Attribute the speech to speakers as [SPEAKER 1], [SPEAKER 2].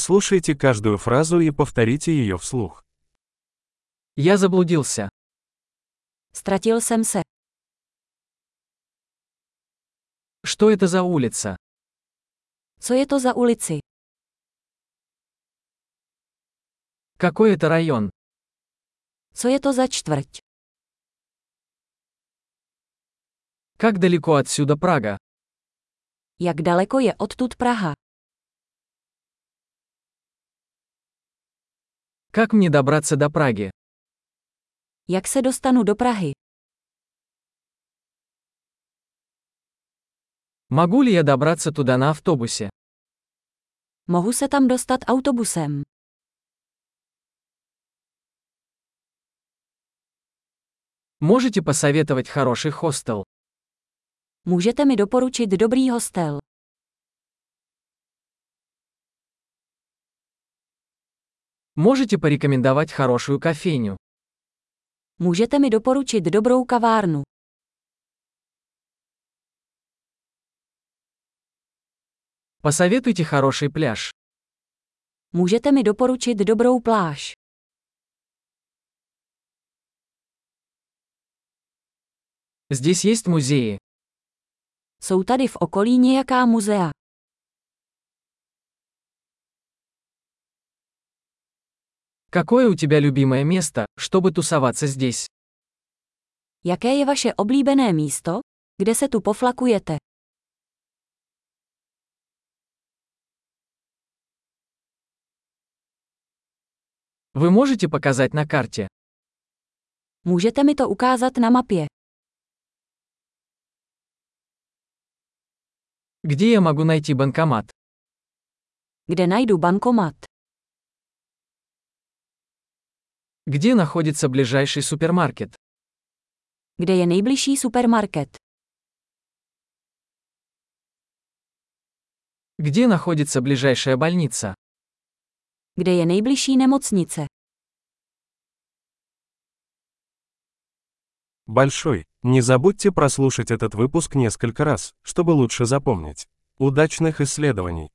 [SPEAKER 1] Прослушайте каждую фразу и повторите ее вслух.
[SPEAKER 2] Я заблудился.
[SPEAKER 3] Ztratil jsem se.
[SPEAKER 2] Что это за улица?
[SPEAKER 3] Co je to za ulici?
[SPEAKER 2] Какой это район?
[SPEAKER 3] Co je to za čtvrť?
[SPEAKER 2] Как далеко отсюда Прага?
[SPEAKER 3] Jak daleko je odtud Praha?
[SPEAKER 2] Как мне добраться до Праги?
[SPEAKER 3] Jak se dostanu do Prahy?
[SPEAKER 2] Могу ли я добраться туда на автобусе?
[SPEAKER 3] Mohu se tam dostat autobusem.
[SPEAKER 2] Можете посоветовать хороший хостел?
[SPEAKER 3] Můžete mi doporučit dobrý hostel.
[SPEAKER 2] Можете порекомендовать хорошую кофейню?
[SPEAKER 3] Můžete mi doporučit dobrou kavárnu.
[SPEAKER 2] Посоветуйте хороший пляж.
[SPEAKER 3] Můžete mi doporučit dobrou pláž.
[SPEAKER 2] Здесь есть музеи.
[SPEAKER 3] Jsou tady v okolí nějaká muzea.
[SPEAKER 2] Какое у тебя любимое место, чтобы тусоваться здесь?
[SPEAKER 3] Jaké je vaše oblíbené místo, kde se tu poflakujete?
[SPEAKER 2] Вы можете показать на карте?
[SPEAKER 3] Můžete mi to ukázat na mapě.
[SPEAKER 2] Где я могу найти банкомат?
[SPEAKER 3] Kde najdu bankomat?
[SPEAKER 2] Где находится ближайший супермаркет?
[SPEAKER 3] Kde je nejbližší supermarket?
[SPEAKER 2] Где находится ближайшая больница?
[SPEAKER 3] Kde je nejbližší nemocnice?
[SPEAKER 1] Большой. Не забудьте прослушать этот выпуск несколько раз, чтобы лучше запомнить. Удачных исследований!